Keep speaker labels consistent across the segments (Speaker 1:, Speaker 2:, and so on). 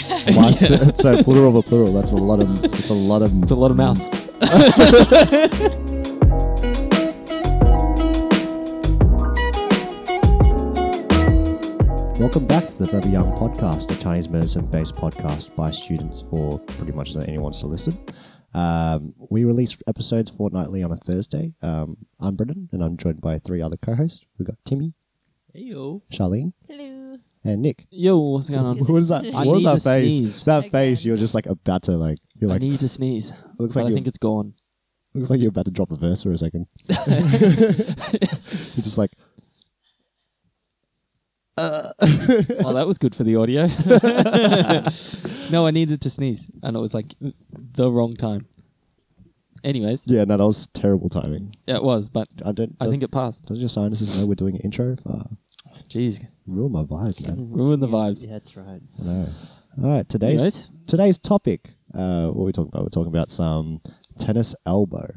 Speaker 1: Lots, sorry, plural of a plural. That's a lot of. It's a lot of.
Speaker 2: It's a lot of mouse.
Speaker 1: Mm. Welcome back to the Forever Young podcast, a Chinese medicine-based podcast by students for pretty much anyone to listen. Um, we release episodes fortnightly on a Thursday. Um, I'm Brendan, and I'm joined by three other co-hosts. We've got Timmy,
Speaker 3: Yo.
Speaker 1: Charlene,
Speaker 3: Hello.
Speaker 1: and Nick.
Speaker 2: Yo, what's going on?
Speaker 1: What was that?
Speaker 2: I
Speaker 1: What was
Speaker 2: need
Speaker 1: that
Speaker 2: to
Speaker 1: face?
Speaker 2: sneeze.
Speaker 1: That
Speaker 3: Again.
Speaker 1: face. You're just like about to like. You're
Speaker 2: I
Speaker 1: like.
Speaker 2: need to sneeze.
Speaker 1: Looks
Speaker 2: but
Speaker 1: like
Speaker 2: I
Speaker 1: you-
Speaker 2: think it's gone.
Speaker 1: Looks like you're about to drop a verse for a second. you're just like.
Speaker 2: well, Oh, that was good for the audio. no, I needed to sneeze, and it was like the wrong time. Anyways,
Speaker 1: Yeah, no, that was terrible timing.
Speaker 2: it was, but
Speaker 1: I don't.
Speaker 2: I think it passed.
Speaker 1: Don't your sinuses know we're doing an intro? Uh,
Speaker 2: Jeez,
Speaker 1: ruin my vibe, man.
Speaker 2: ruin the vibes.
Speaker 3: that's right.
Speaker 1: I know. All right, today's
Speaker 2: Mm-hmm. Anyways.
Speaker 1: today's topic. Uh, what are we talking about? We're talking about some tennis elbow.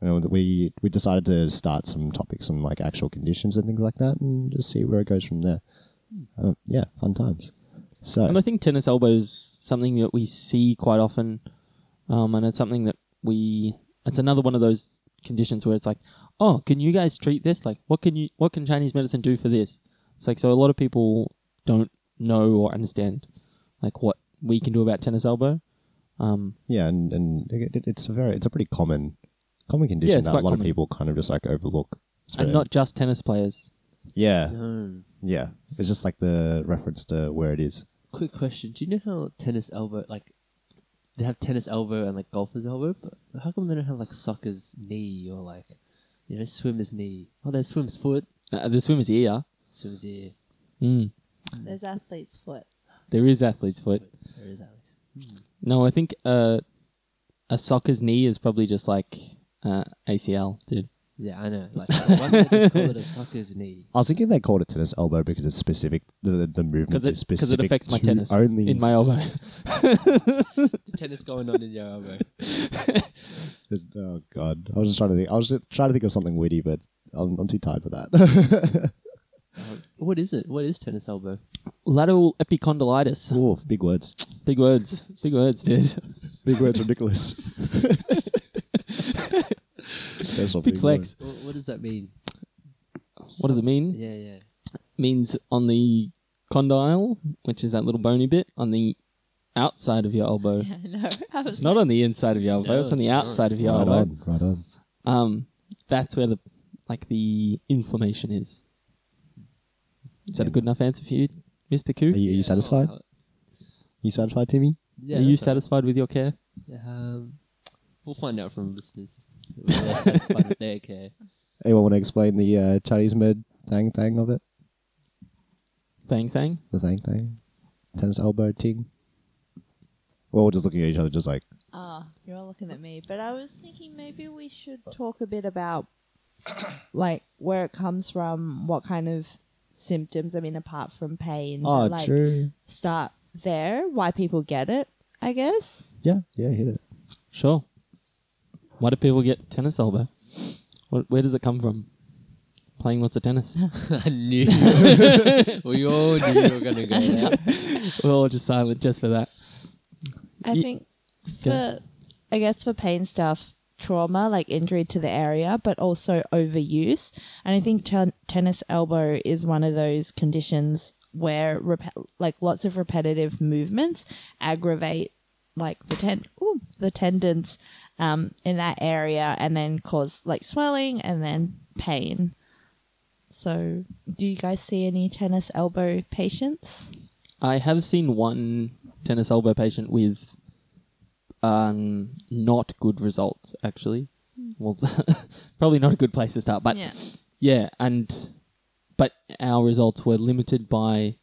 Speaker 1: You know, that we we decided to start some topics, some like actual conditions and things like that, and just see where it goes from there. Uh, yeah, fun times. So
Speaker 2: And I think tennis elbow is something that we see quite often, um, and it's something that we. It's another one of those conditions where it's like, oh, can you guys treat this? Like, what can you? What can Chinese medicine do for this? It's like so a lot of people don't know or understand, like what we can do about tennis elbow. Um,
Speaker 1: yeah, and and it, it- it's a very it's a pretty common common condition
Speaker 2: it's
Speaker 1: that a
Speaker 2: quite
Speaker 1: lot of
Speaker 2: common.
Speaker 1: people kind of just like overlook. It's
Speaker 2: and
Speaker 1: very-
Speaker 2: not just tennis players.
Speaker 1: yeah
Speaker 3: No.
Speaker 1: yeah. It's just like the reference to where it is.
Speaker 3: Quick question. Do you know how tennis elbow, like, they have tennis elbow and, like, golfer's elbow, but how come they don't have, like, soccer's knee or, like, you know, swimmer's knee? Oh, there's swimmer's foot,
Speaker 2: Uh, the swimmer's ear.
Speaker 3: swimmer's ear.
Speaker 2: Mm,
Speaker 4: There's athlete's foot.
Speaker 2: there is athlete's foot.
Speaker 3: There is Alex.
Speaker 2: No, I think uh, a soccer's knee is probably just like uh, ACL, dude.
Speaker 3: Yeah, I know. Like, why don't they just call it a soccer's knee?
Speaker 1: I was thinking they called it tennis elbow because it's specific. The, the movement
Speaker 2: because
Speaker 1: is
Speaker 2: it,
Speaker 1: specific
Speaker 2: because it affects my
Speaker 1: to
Speaker 2: tennis
Speaker 1: only
Speaker 2: in my elbow.
Speaker 3: The tennis going on in your elbow.
Speaker 1: Oh god, I was just trying to think. I was just trying to think of something witty, but I'm, I'm too tired for that.
Speaker 3: Um, what is it? What is tennis elbow?
Speaker 2: Lateral epicondylitis.
Speaker 1: Ooh, big words.
Speaker 2: Big words. Big words, dude.
Speaker 1: Big words from Nicholas. That's not
Speaker 2: Big flex.
Speaker 1: words.
Speaker 3: What, what does that mean?
Speaker 2: What does it mean?
Speaker 3: Yeah, yeah.
Speaker 2: means on the condyle, which is that little bony bit on the outside of your elbow.
Speaker 4: Yeah, no, I was
Speaker 2: It's not on the inside of your elbow.
Speaker 3: No,
Speaker 2: it's on the
Speaker 3: it's not.
Speaker 2: outside of your
Speaker 1: Right
Speaker 2: elbow.
Speaker 1: on, right on.
Speaker 2: Um, that's where the like the inflammation is. Is that a good enough answer for you, Mister Koo?
Speaker 1: Are you, are you satisfied? You satisfied, Timmy?
Speaker 3: Yeah,
Speaker 2: Are you
Speaker 3: that's all right.
Speaker 2: satisfied with your care?
Speaker 3: Um, we'll find out from listeners. whether they're satisfied with their care.
Speaker 1: Anyone want to explain the uh, Chinese med thang thang of it?
Speaker 2: Bang, bang.
Speaker 1: The thang thang, tennis elbow ting. We're all just looking at each other, just like
Speaker 4: Ah, you're all looking at me. But I was thinking maybe we should talk a bit about like where it comes from, what kind of symptoms. I mean, apart from pain,
Speaker 2: Ah,
Speaker 1: oh,
Speaker 4: like
Speaker 1: true.
Speaker 4: start there. Why people get it, I guess.
Speaker 1: Yeah, yeah, hit it.
Speaker 2: Sure. Why do people get tennis elbow? Where, where does it come from? Playing lots of tennis.
Speaker 3: I knew. you were- we all knew you were gonna go there.
Speaker 2: We're all just silent just for that.
Speaker 4: I
Speaker 2: Ye-
Speaker 4: think
Speaker 2: Go.
Speaker 4: for I guess for pain stuff, trauma like injury to the area, but also overuse. And I think ten- tennis elbow is one of those conditions where rep- like lots of repetitive movements aggravate like the ten ooh, the tendons um, in that area and then cause like swelling and then pain. So, do you guys see any tennis elbow patients?
Speaker 2: I have seen one tennis elbow patient with um, not good results, actually. Well, probably not a good place to start, but yeah, and but our results were limited by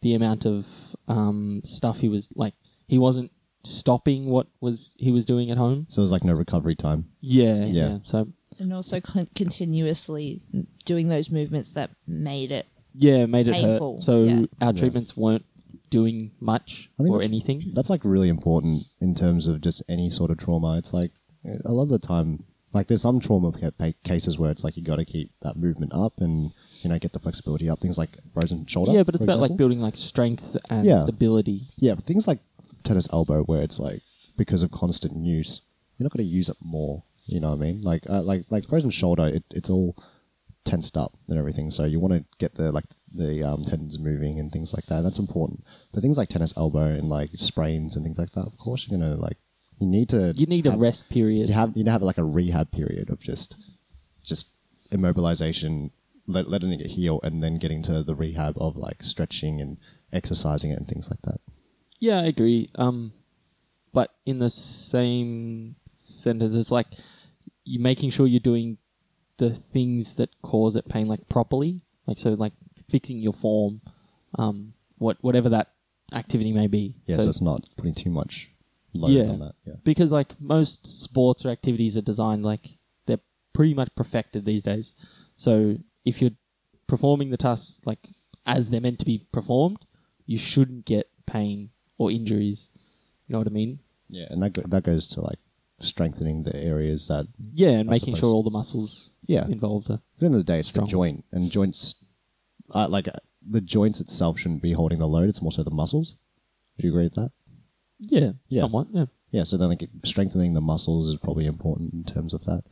Speaker 2: the amount of um, stuff he was like. He wasn't stopping what was he was doing at home.
Speaker 1: So it was like no recovery time.
Speaker 2: Yeah, yeah.
Speaker 1: Yeah.
Speaker 2: So
Speaker 4: and also con- continuously doing those movements that made it.
Speaker 2: yeah, made it
Speaker 4: Painful,
Speaker 2: hurt. So
Speaker 4: yeah.
Speaker 2: our
Speaker 1: Yeah.
Speaker 2: treatments weren't doing much
Speaker 1: I think
Speaker 2: or
Speaker 1: that's-
Speaker 2: anything.
Speaker 1: that's like really important in terms of just any sort of trauma. It's like a lot of the time, like there's some trauma ca- pa- cases where it's like you got to keep that movement up and you know get the flexibility up. Things like frozen shoulder.
Speaker 2: Yeah, but it's
Speaker 1: for
Speaker 2: about like
Speaker 1: example.
Speaker 2: building like strength and
Speaker 1: Yeah.
Speaker 2: stability.
Speaker 1: yeah but things like tennis elbow where it's like because of constant use, you're not going to use it more. You know what I mean? Like uh, like like frozen shoulder, it, it's all tensed up and everything. So you want to get the like the um, tendons moving and things like that. That's important. But things like tennis elbow and like sprains and things like that, of course you're gonna like you need to
Speaker 2: You need a
Speaker 1: have-
Speaker 2: rest period.
Speaker 1: You have you have like a rehab period of just just immobilization, let, letting it heal, and then getting to the rehab of like stretching and exercising it and things like that.
Speaker 2: Yeah, I agree. Um, but in the same sentence, it's like you're making sure you're doing the things that cause it pain, like properly, like so, like fixing your form, um, what whatever that activity may be.
Speaker 1: Yeah, so, it's not putting too much load
Speaker 2: Yeah.
Speaker 1: on that. Yeah.
Speaker 2: because like most sports or activities are designed like they're pretty much perfected these days. So if you're performing the tasks like as they're meant to be performed, you shouldn't get pain or injuries. You know what I mean?
Speaker 1: Yeah, and that go, that goes to like strengthening the areas that
Speaker 2: Yeah, and
Speaker 1: I
Speaker 2: making sure
Speaker 1: suppose.
Speaker 2: all the muscles
Speaker 1: yeah.
Speaker 2: involved are.
Speaker 1: At the end of the day, it's
Speaker 2: Strong.
Speaker 1: the joint, and joints, uh, like uh, the joints itself, shouldn't be holding the load. It's more so the muscles. Would you agree with that?
Speaker 2: Yeah,
Speaker 1: Yeah.
Speaker 2: somewhat. Yeah.
Speaker 1: Yeah. So then, like strengthening the muscles is probably important in terms of that.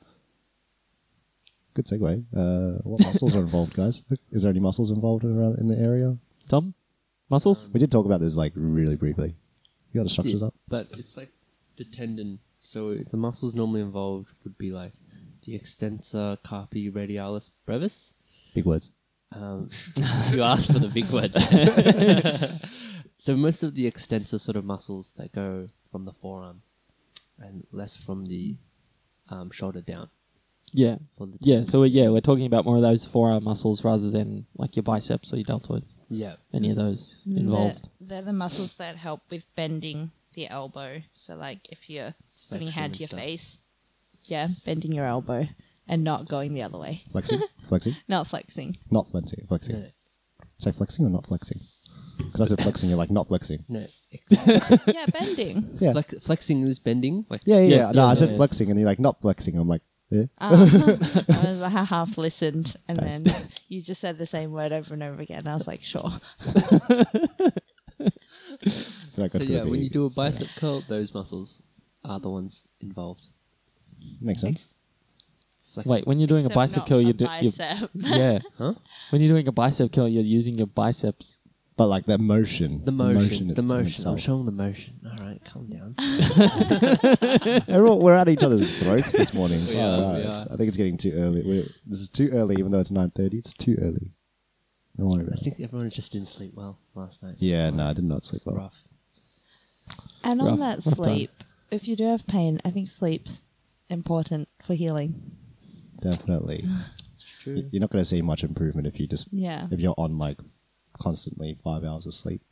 Speaker 1: Good segue. Uh, what muscles are involved, guys? Is there any muscles involved around in the area?
Speaker 2: Tom, muscles.
Speaker 1: We did talk about this like really briefly. You got the structures up.
Speaker 3: But it's like the tendon. So the muscles normally involved would be like the extensor carpi radialis brevis.
Speaker 1: Big words.
Speaker 3: Um, you asked for the big words. so most of the extensor sort of muscles that go from the forearm and less from the um, shoulder down.
Speaker 2: yeah,
Speaker 3: For the
Speaker 2: yeah.
Speaker 3: tendons.
Speaker 2: So yeah, we're talking about more of those forearm muscles rather than like your biceps or your deltoid.
Speaker 3: yeah,
Speaker 2: Any of those involved?
Speaker 4: They're, they're the muscles that help with bending the elbow. So, like, if you're putting your
Speaker 3: Flexion
Speaker 4: hand
Speaker 3: and
Speaker 4: to your
Speaker 3: stuff.
Speaker 4: face, yeah, bending your elbow and not going the other way,
Speaker 1: Flexing, flexing,
Speaker 4: not flexing.
Speaker 1: not flexing, flexing.
Speaker 3: no,
Speaker 1: Say flexing or not flexing? Because I said flexing, you're like not flexing.
Speaker 3: no.
Speaker 4: yeah, bending.
Speaker 1: Yeah.
Speaker 3: Flex- flexing is bending. Like
Speaker 1: Yeah, yeah,
Speaker 2: Yes,
Speaker 1: yeah. No,
Speaker 2: yeah,
Speaker 1: I said
Speaker 2: yeah,
Speaker 1: flexing, and you're like not flexing. I'm like, eh?
Speaker 4: Um, I was like, I half listened, and then you just said the same word over and over again. I was like, sure.
Speaker 1: Like,
Speaker 3: So
Speaker 1: that's
Speaker 3: yeah,
Speaker 1: gonna
Speaker 3: when
Speaker 1: be-
Speaker 3: you do a bicep curl, those muscles are the ones involved.
Speaker 1: makes sense.
Speaker 3: Flex-
Speaker 2: Wait, when you're doing a
Speaker 4: Except
Speaker 2: bicep
Speaker 4: not
Speaker 2: curl,
Speaker 4: a
Speaker 2: you're, do- you're
Speaker 4: bicep.
Speaker 2: yeah.
Speaker 3: huh?
Speaker 2: When you're doing a bicep curl, you're using your biceps.
Speaker 1: But like the motion,
Speaker 3: The motion,
Speaker 1: it's
Speaker 3: the
Speaker 1: in
Speaker 3: motion. I'm
Speaker 1: itself.
Speaker 3: showing the motion. All right, calm down.
Speaker 1: Everyone, we're at each other's throats this morning.
Speaker 3: We are,
Speaker 1: Alright.
Speaker 3: we are.
Speaker 1: I think it's getting too early. We're, this is too early, even though it's nine thirty. It's too early. Don't worry
Speaker 3: I
Speaker 1: about it.
Speaker 3: think everyone just didn't sleep well last night.
Speaker 1: Yeah, no, I did not sleep
Speaker 3: It's
Speaker 1: well.
Speaker 3: rough.
Speaker 4: And
Speaker 2: Rough.
Speaker 4: on that
Speaker 2: Rough time.
Speaker 4: sleep, if you do have pain, I think sleep's important for healing.
Speaker 1: Definitely,
Speaker 3: It's
Speaker 1: Y-
Speaker 3: true.
Speaker 1: you're not going to see much improvement if you just
Speaker 4: Yeah.
Speaker 1: if you're on like constantly five hours of sleep.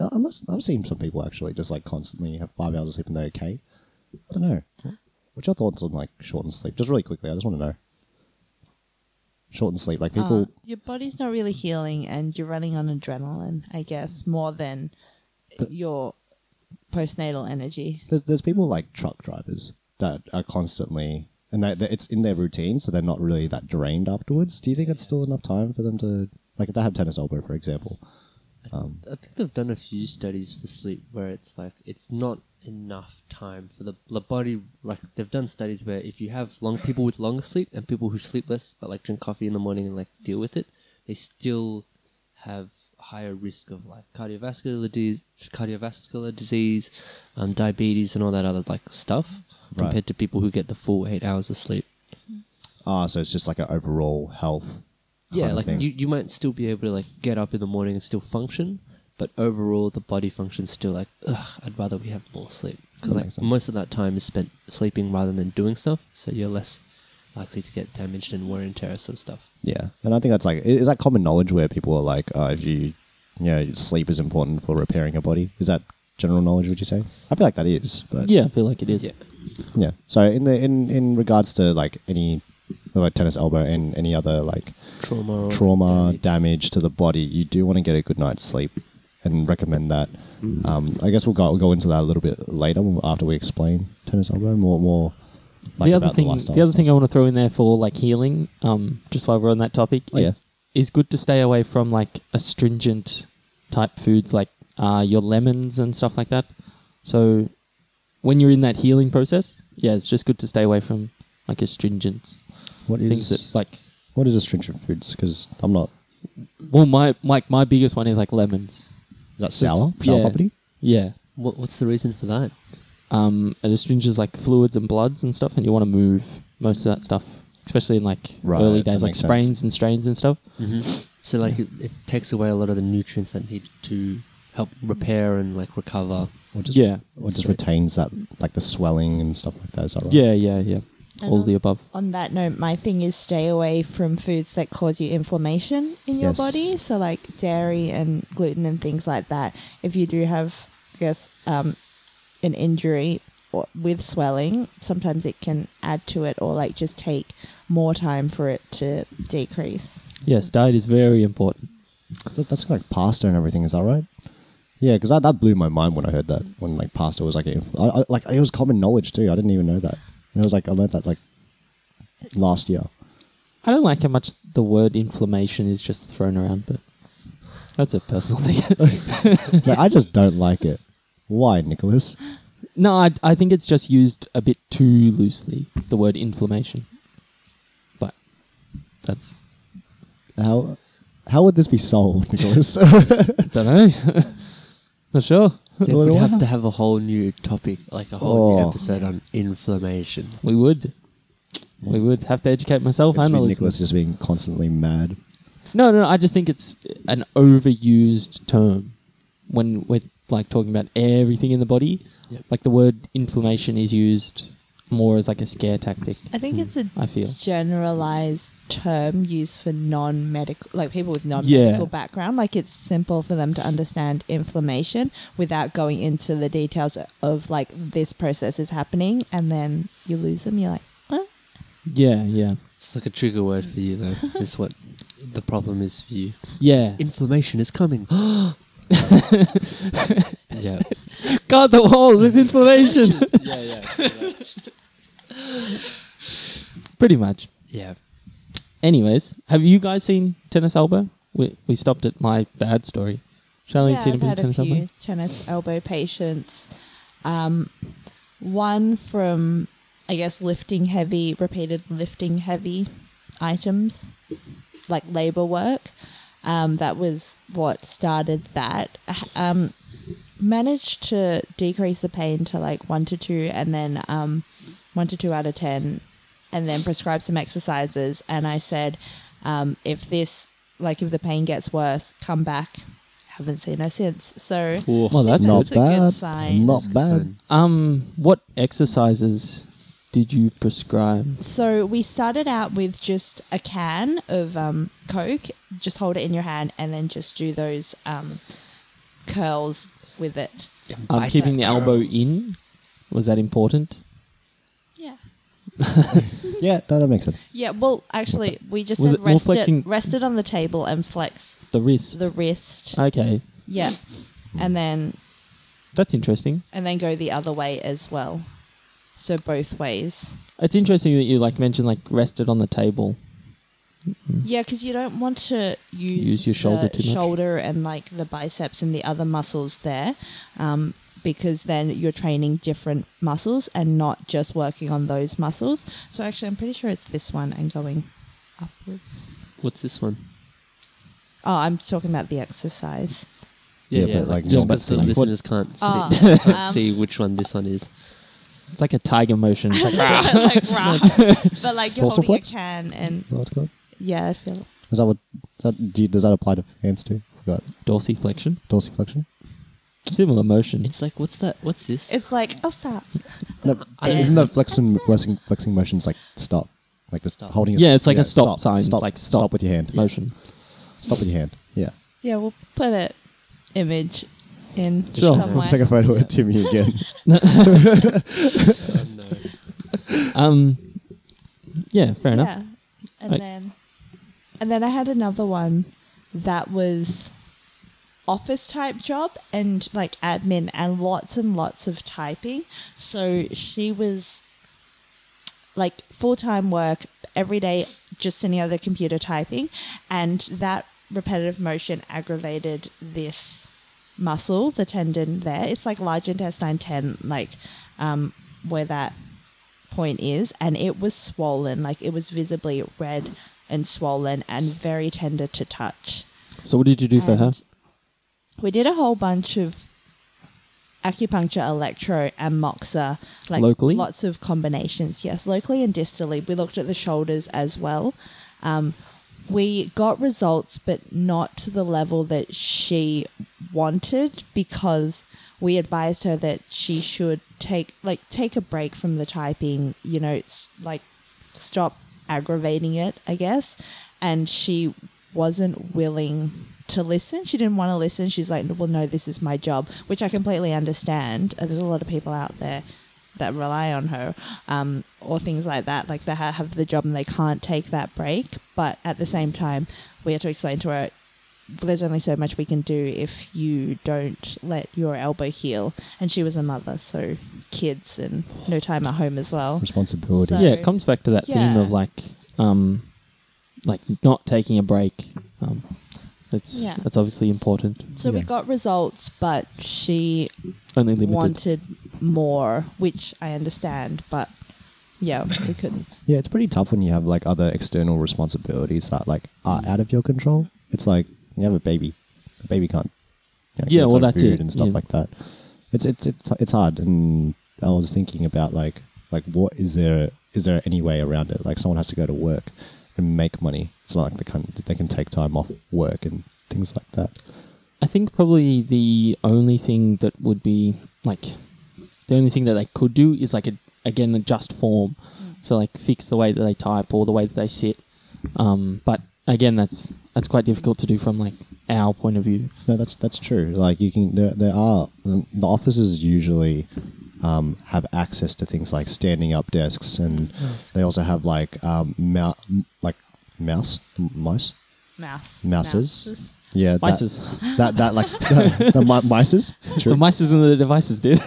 Speaker 1: Unless I've seen some people actually just like constantly have five hours of sleep and they're okay. I don't know. What's your thoughts on like shortened sleep? Just really quickly, I just want to know. Shortened sleep, like
Speaker 3: Uh-huh.
Speaker 1: people.
Speaker 4: Uh, your body's not really healing, and you're running on adrenaline, I guess, more than your postnatal energy.
Speaker 1: There's there's people like truck drivers that are constantly and they, they, it's in their routine, so they're not really that drained afterwards. Do you think it's still enough time for them to like if they have tennis elbow, for example? Um,
Speaker 3: I think they've done a few studies for sleep where it's like it's not enough time for the, the body. Like they've done studies where if you have long people with longer sleep and people who sleep less but like drink coffee in the morning and like deal with it, they still have higher risk of like cardiovascular disease, cardiovascular disease, um, diabetes, and all that other like stuff
Speaker 1: Right.
Speaker 3: compared to people who get the full eight hours of sleep.
Speaker 1: ah, so it's just like an overall health.
Speaker 3: Yeah,
Speaker 1: kind of
Speaker 3: like
Speaker 1: thing.
Speaker 3: you, you might still be able to like get up in the morning and still function, but overall the body function's still like, ugh, I'd rather we have more sleep because
Speaker 1: That
Speaker 3: like
Speaker 1: makes sense.
Speaker 3: most of that time is spent sleeping rather than doing stuff, so you're less likely to get damaged and wear and tear sort of stuff.
Speaker 1: Yeah, and I think that's like i- is that common knowledge where people are like, uh, if you, you know, sleep is important for repairing your body. Is that general knowledge? Would you say? I feel like that is, but
Speaker 2: Yeah, I feel like it is.
Speaker 3: Yeah,
Speaker 1: yeah. So in the in in regards to like any like tennis elbow and any other like
Speaker 3: trauma, or
Speaker 1: trauma
Speaker 3: damage.
Speaker 1: damage to the body, you do want to get a good night's sleep, and recommend that.
Speaker 2: Mm.
Speaker 1: Um, I guess we'll go we'll go into that a little bit later after we explain tennis elbow more more. Like
Speaker 2: the other
Speaker 1: about
Speaker 2: thing, the,
Speaker 1: lifestyle
Speaker 2: other
Speaker 1: stuff.
Speaker 2: thing I want to throw in there for like healing, um, just while we're on that topic,
Speaker 1: Oh,
Speaker 2: is,
Speaker 1: yeah.
Speaker 2: is good to stay away from like astringent type foods, like uh, your lemons and stuff like that. So when you're in that healing process, yeah, it's just good to stay away from like astringents,
Speaker 1: What
Speaker 2: things
Speaker 1: is
Speaker 2: that like.
Speaker 1: what is astringent foods? Because I'm not.
Speaker 2: Well, my like my biggest one is like lemons.
Speaker 1: Is that sour? Sour
Speaker 2: yeah.
Speaker 1: property?
Speaker 2: Yeah,
Speaker 3: What, what's the reason for that?
Speaker 2: um, it astringes like fluids and bloods and stuff, and you want to move most of that stuff, especially in like
Speaker 1: Right,
Speaker 2: early
Speaker 1: that
Speaker 2: days, like
Speaker 1: makes sense.
Speaker 2: sprains and strains and stuff.
Speaker 3: Mm-hmm. So like it, it takes away a lot of the nutrients that need to help repair and like recover.
Speaker 1: Or just,
Speaker 2: Yeah.
Speaker 1: Or just
Speaker 3: Right.
Speaker 1: retains that, like the swelling and stuff like that. Is that right?
Speaker 2: Yeah, yeah, yeah.
Speaker 4: And
Speaker 2: All
Speaker 4: on-
Speaker 2: the above.
Speaker 4: On that note, my thing is stay away from foods that cause you inflammation in your
Speaker 1: Yes.
Speaker 4: body. So, like dairy and gluten and things like that. If you do have, I guess, um, an injury or with swelling, sometimes it can add to it or like just take more time for it to decrease.
Speaker 2: Yes, diet is very important.
Speaker 1: That, that's like pasta and everything. Is that right? Yeah, because that, that blew my mind when I heard that. When like pasta was like, a- I, I, like it was common knowledge too. I didn't even know that. And it was like I learned that like last year.
Speaker 2: I don't like how much the word inflammation is just thrown around, but that's a personal thing.
Speaker 1: Like, I just don't like it. Why, Nicholas?
Speaker 2: no, I, I think it's just used a bit too loosely, the word inflammation. But that's.
Speaker 1: How how would this be sold, Nicholas?
Speaker 2: don't know. Not sure.
Speaker 3: Yeah,
Speaker 1: Well,
Speaker 3: we'd
Speaker 1: wow.
Speaker 3: have to have a whole new topic, like a whole new
Speaker 1: Oh.
Speaker 3: episode on inflammation.
Speaker 2: We would. We would have to educate myself
Speaker 1: It's
Speaker 2: and the
Speaker 1: been
Speaker 2: listeners.
Speaker 1: Nicholas just being constantly mad.
Speaker 2: No, no, I just think it's an overused term when we're like talking about everything in the body.
Speaker 3: Yep.
Speaker 2: Like the word inflammation is used more as like a scare tactic.
Speaker 4: I think it's a
Speaker 2: I feel.
Speaker 4: generalized term used for non-medical like people with
Speaker 2: Yeah.
Speaker 4: non-medical background like it's simple for them to understand inflammation without going into the details of like this process is happening and then you lose them you're like huh?
Speaker 2: Yeah, yeah,
Speaker 3: It's like a trigger word for you, though. This is what the problem is for you.
Speaker 2: yeah.
Speaker 3: Inflammation is coming. yeah.
Speaker 2: God, the walls! It's inflammation.
Speaker 3: Yeah, yeah.
Speaker 2: Pretty much.
Speaker 3: Yeah.
Speaker 2: Anyways, have you guys seen Tennis Elbow? We we stopped at my bad story. Charlie
Speaker 4: yeah,
Speaker 2: seen a
Speaker 4: I've
Speaker 2: bit of
Speaker 4: had a
Speaker 2: Tennis Elbow.
Speaker 4: few tennis elbow patients um, one from i guess lifting heavy repeated lifting heavy items like labor work um, that was what started that um, managed to decrease the pain to like one to two and then um, one to two out of ten and then prescribed some exercises and i said um, if this like if the pain gets worse come back haven't seen her since so
Speaker 2: Well, that's
Speaker 1: not
Speaker 4: a
Speaker 2: good.
Speaker 4: good
Speaker 1: bad.
Speaker 4: sign.
Speaker 1: Not bad.
Speaker 2: Um, what exercises did you prescribe?
Speaker 4: So we started out with just a can of um, Coke. Just hold it in your hand and then just do those um, curls with it.
Speaker 2: Um,
Speaker 3: Bicep
Speaker 2: keeping the elbow
Speaker 3: curls.
Speaker 2: in was that important?
Speaker 4: Yeah.
Speaker 1: Yeah, no, that makes sense.
Speaker 4: Yeah. Well, actually, we just
Speaker 2: Was it
Speaker 4: said
Speaker 2: more
Speaker 4: rest
Speaker 2: flexing-
Speaker 4: it, rest it on the table and flex
Speaker 2: The wrist.
Speaker 4: the wrist.
Speaker 2: okay,
Speaker 4: yeah. And then
Speaker 2: that's interesting.
Speaker 4: and then go the other way as well. So both ways.
Speaker 2: It's interesting that you like mentioned like rested on the table.
Speaker 4: Yeah, because you don't want to
Speaker 2: Use
Speaker 4: use,
Speaker 2: your shoulder
Speaker 4: the
Speaker 2: too much.
Speaker 4: shoulder and like the biceps and the other muscles there, um, because then you're training different muscles and not just working on those muscles. So actually, I'm pretty sure it's this one and going upwards.
Speaker 3: What's this one?
Speaker 4: Oh, I'm talking about the exercise.
Speaker 1: Yeah, but, like,
Speaker 3: just
Speaker 1: not
Speaker 3: because the
Speaker 1: that thing.
Speaker 3: listeners can't see,
Speaker 4: Ah,
Speaker 3: can't
Speaker 4: um,
Speaker 3: see which one this one is.
Speaker 2: It's like a tiger motion. It's like, "Rah."
Speaker 4: like rah. but like you're
Speaker 1: Dorsal
Speaker 4: holding
Speaker 1: flex?
Speaker 4: a can and
Speaker 1: Is that what it's called?
Speaker 4: yeah, I feel.
Speaker 1: Is that what? Is that, do you, does that apply to hands too? Forgot
Speaker 2: dorsiflexion.
Speaker 1: dorsiflexion.
Speaker 2: Similar motion.
Speaker 3: It's like, what's that? What's this?
Speaker 4: It's like oh stop.
Speaker 1: No, but
Speaker 3: I-
Speaker 1: isn't that flexing, flexing, flexing motions like stop, like the
Speaker 3: Stop.
Speaker 1: holding?
Speaker 2: Yeah, it's like a stop sign,
Speaker 1: Stop,
Speaker 2: like stop.
Speaker 1: with your hand.
Speaker 2: motion.
Speaker 1: Stop with your hand. Yeah.
Speaker 4: Yeah, we'll put an image in
Speaker 2: Sure.
Speaker 4: somewhere.
Speaker 1: Take a photo of Timmy again.
Speaker 3: oh, no.
Speaker 2: Um, yeah, fair enough.
Speaker 4: Yeah. And
Speaker 2: I-
Speaker 4: then and then I had another one that was office type job and like admin and lots and lots of typing. So she was like full time work every day, just sitting at the computer typing, and that repetitive motion aggravated this muscle, the tendon there. It's like large intestine 10, like um, where that point is. And it was swollen, like it was visibly red and swollen and very tender to touch.
Speaker 2: So what did you do for her?
Speaker 4: And We did a whole bunch of acupuncture, electro, and moxa. Like
Speaker 2: Locally?
Speaker 4: Lots of combinations, yes, locally and distally. We looked at the shoulders as well. Um, we got results, but not to the level that she wanted because we advised her that she should take like take a break from the typing. You know, it's like stop aggravating it, I guess. And she wasn't willing to listen. She didn't want to listen. She's like, well, no, this is my job, which I completely understand. Uh, There's a lot of people out there that rely on her um, or things like that. Like they ha- have the job and they can't take that break. But at the same time, we had to explain to her there's only so much we can do if you don't let your elbow heal. And she was a mother, so kids and no time at home as well.
Speaker 1: Responsibility.
Speaker 4: So-
Speaker 2: yeah, it comes back to that theme
Speaker 4: uh, Yeah.
Speaker 2: of like, um, like not taking a break. Um, it's
Speaker 4: Yeah.
Speaker 2: that's obviously important.
Speaker 4: So we
Speaker 1: Yeah.
Speaker 4: got results, but she
Speaker 2: Only limited.
Speaker 4: wanted more, which I understand, but yeah, we couldn't.
Speaker 1: Yeah, it's pretty tough when you have like other external responsibilities that like are out of your control. It's like you have a baby. A baby can't. You know,
Speaker 2: Yeah,
Speaker 1: get its
Speaker 2: well,
Speaker 1: own
Speaker 2: that's
Speaker 1: food
Speaker 2: it,
Speaker 1: and stuff
Speaker 2: yeah.
Speaker 1: like that. It's it's it's it's hard, and I was thinking about like like what is there is there any way around it? Like someone has to go to work and make money. It's not like they can they can take time off work and things like that.
Speaker 2: I think probably the only thing that would be like the only thing that they could do is like a, again adjust form, so like fix the way that they type or the way that they sit. Um, but again, that's that's quite difficult to do from like our point of view.
Speaker 1: No, that's that's true. Like you can, there, there are the offices usually um, have access to things like standing up desks, and they also have like um, mou- m- like mouse m- mice.
Speaker 4: Mouse.
Speaker 1: Mouses? Yeah, that-
Speaker 2: Mices.
Speaker 1: That, that like the, the mi- mices. True.
Speaker 2: The mices and the devices, dude.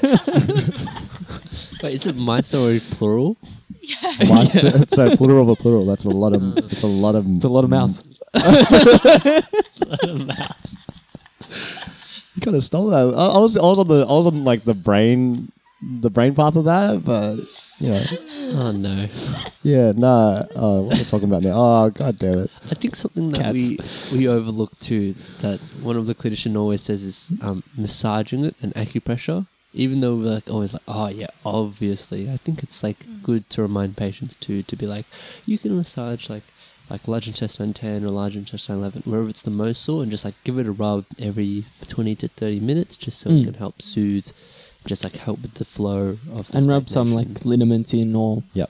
Speaker 3: Wait, is it mice or plural?
Speaker 1: mice. It's a plural of a plural. That's a lot of. It's a lot of.
Speaker 2: it's a lot of mouse.
Speaker 1: You kind of stole that. I, I was I was on the I was on like the brain the brain path of that, but you know.
Speaker 3: Oh no.
Speaker 1: Yeah, no. Uh, what are we talking about now? Oh, god damn it.
Speaker 3: I think something that we, we overlook too that one of the clinicians always says is um, massaging it and acupressure. Even though we're like always like, oh yeah, obviously. I think it's like good to remind patients too to be like, you can massage like like large intestine ten or large intestine eleven, wherever it's the most sore, and just like give it a rub every twenty to thirty minutes, just so
Speaker 2: Mm.
Speaker 3: it can help soothe, just like help with the flow of the
Speaker 2: and rub some
Speaker 3: stagnation.
Speaker 2: like ligaments in or
Speaker 1: Yep.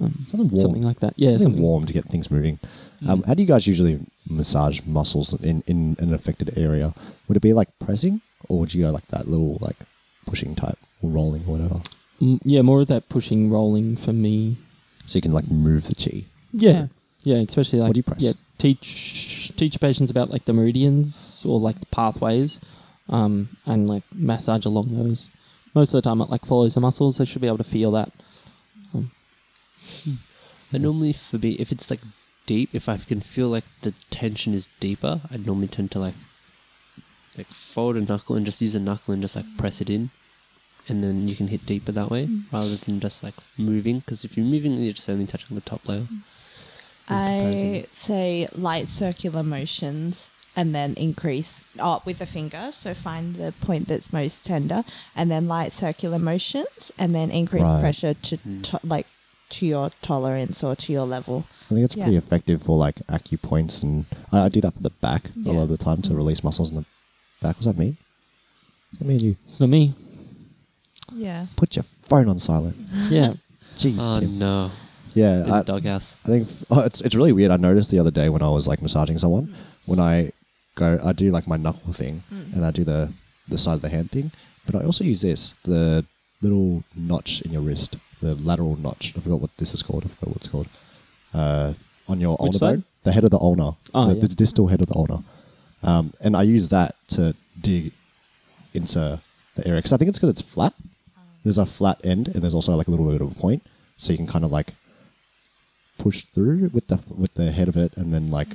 Speaker 2: um,
Speaker 1: Something warm.
Speaker 2: something like that. Yeah,
Speaker 1: Something
Speaker 2: something
Speaker 1: warm to get things moving. Um, how do you guys usually massage muscles in, in an affected area? Would it be like pressing, or would you go like that little like pushing type or rolling or whatever?
Speaker 2: Mm, yeah, more of that pushing, rolling for me.
Speaker 1: So you can like move the chi.
Speaker 2: Yeah, yeah, especially like
Speaker 1: do you press?
Speaker 2: yeah, teach teach patients about like the meridians or like the pathways, um, and like massage along those. Most of the time, it like follows the muscles. They should be able to feel that.
Speaker 3: I normally, for me, if it's like deep, if I can feel like the tension is deeper, I normally tend to like like fold a knuckle and just use a knuckle and just like press it in, and then you can hit deeper that way
Speaker 2: Mm.
Speaker 3: rather than just like moving. Because if you're moving, you're just only touching the top layer. in
Speaker 4: I
Speaker 3: comparison.
Speaker 4: say light circular motions and then increase oh, with the finger. So find the point that's most tender and then light circular motions and then increase
Speaker 1: Right.
Speaker 4: pressure to,
Speaker 3: Mm.
Speaker 4: to like to your tolerance or to your level.
Speaker 1: I think it's
Speaker 4: Yeah.
Speaker 1: pretty effective for like acupoints, and I, I do that for the back a lot
Speaker 4: Yeah. Mm-hmm.
Speaker 1: of the time to release muscles in the back. Was that me? Was that me and you?
Speaker 2: It's not me.
Speaker 4: Yeah.
Speaker 1: Put your phone on silent.
Speaker 2: Yeah,
Speaker 1: Jeez,
Speaker 3: Oh
Speaker 1: Tim.
Speaker 3: no!
Speaker 1: Yeah,
Speaker 3: In
Speaker 1: I-
Speaker 3: the doghouse.
Speaker 1: I think oh, it's it's really weird. I noticed the other day when I was like massaging someone, when I go, I do like my knuckle thing, and I do the the side of the hand thing, but I also use this the little notch in your wrist, the lateral notch. I forgot what this is called. I forgot what it's called. Uh, on your
Speaker 2: Which
Speaker 1: ulnar
Speaker 2: side?
Speaker 1: bone, the head of the ulnar,
Speaker 2: Oh,
Speaker 1: the,
Speaker 2: yeah.
Speaker 1: the distal head of the ulnar, um, and I use that to dig into the area because I think it's because it's flat. There's a flat end, and there's also like a little bit of a point, so you can kind of like push through with the with the head of it, and then like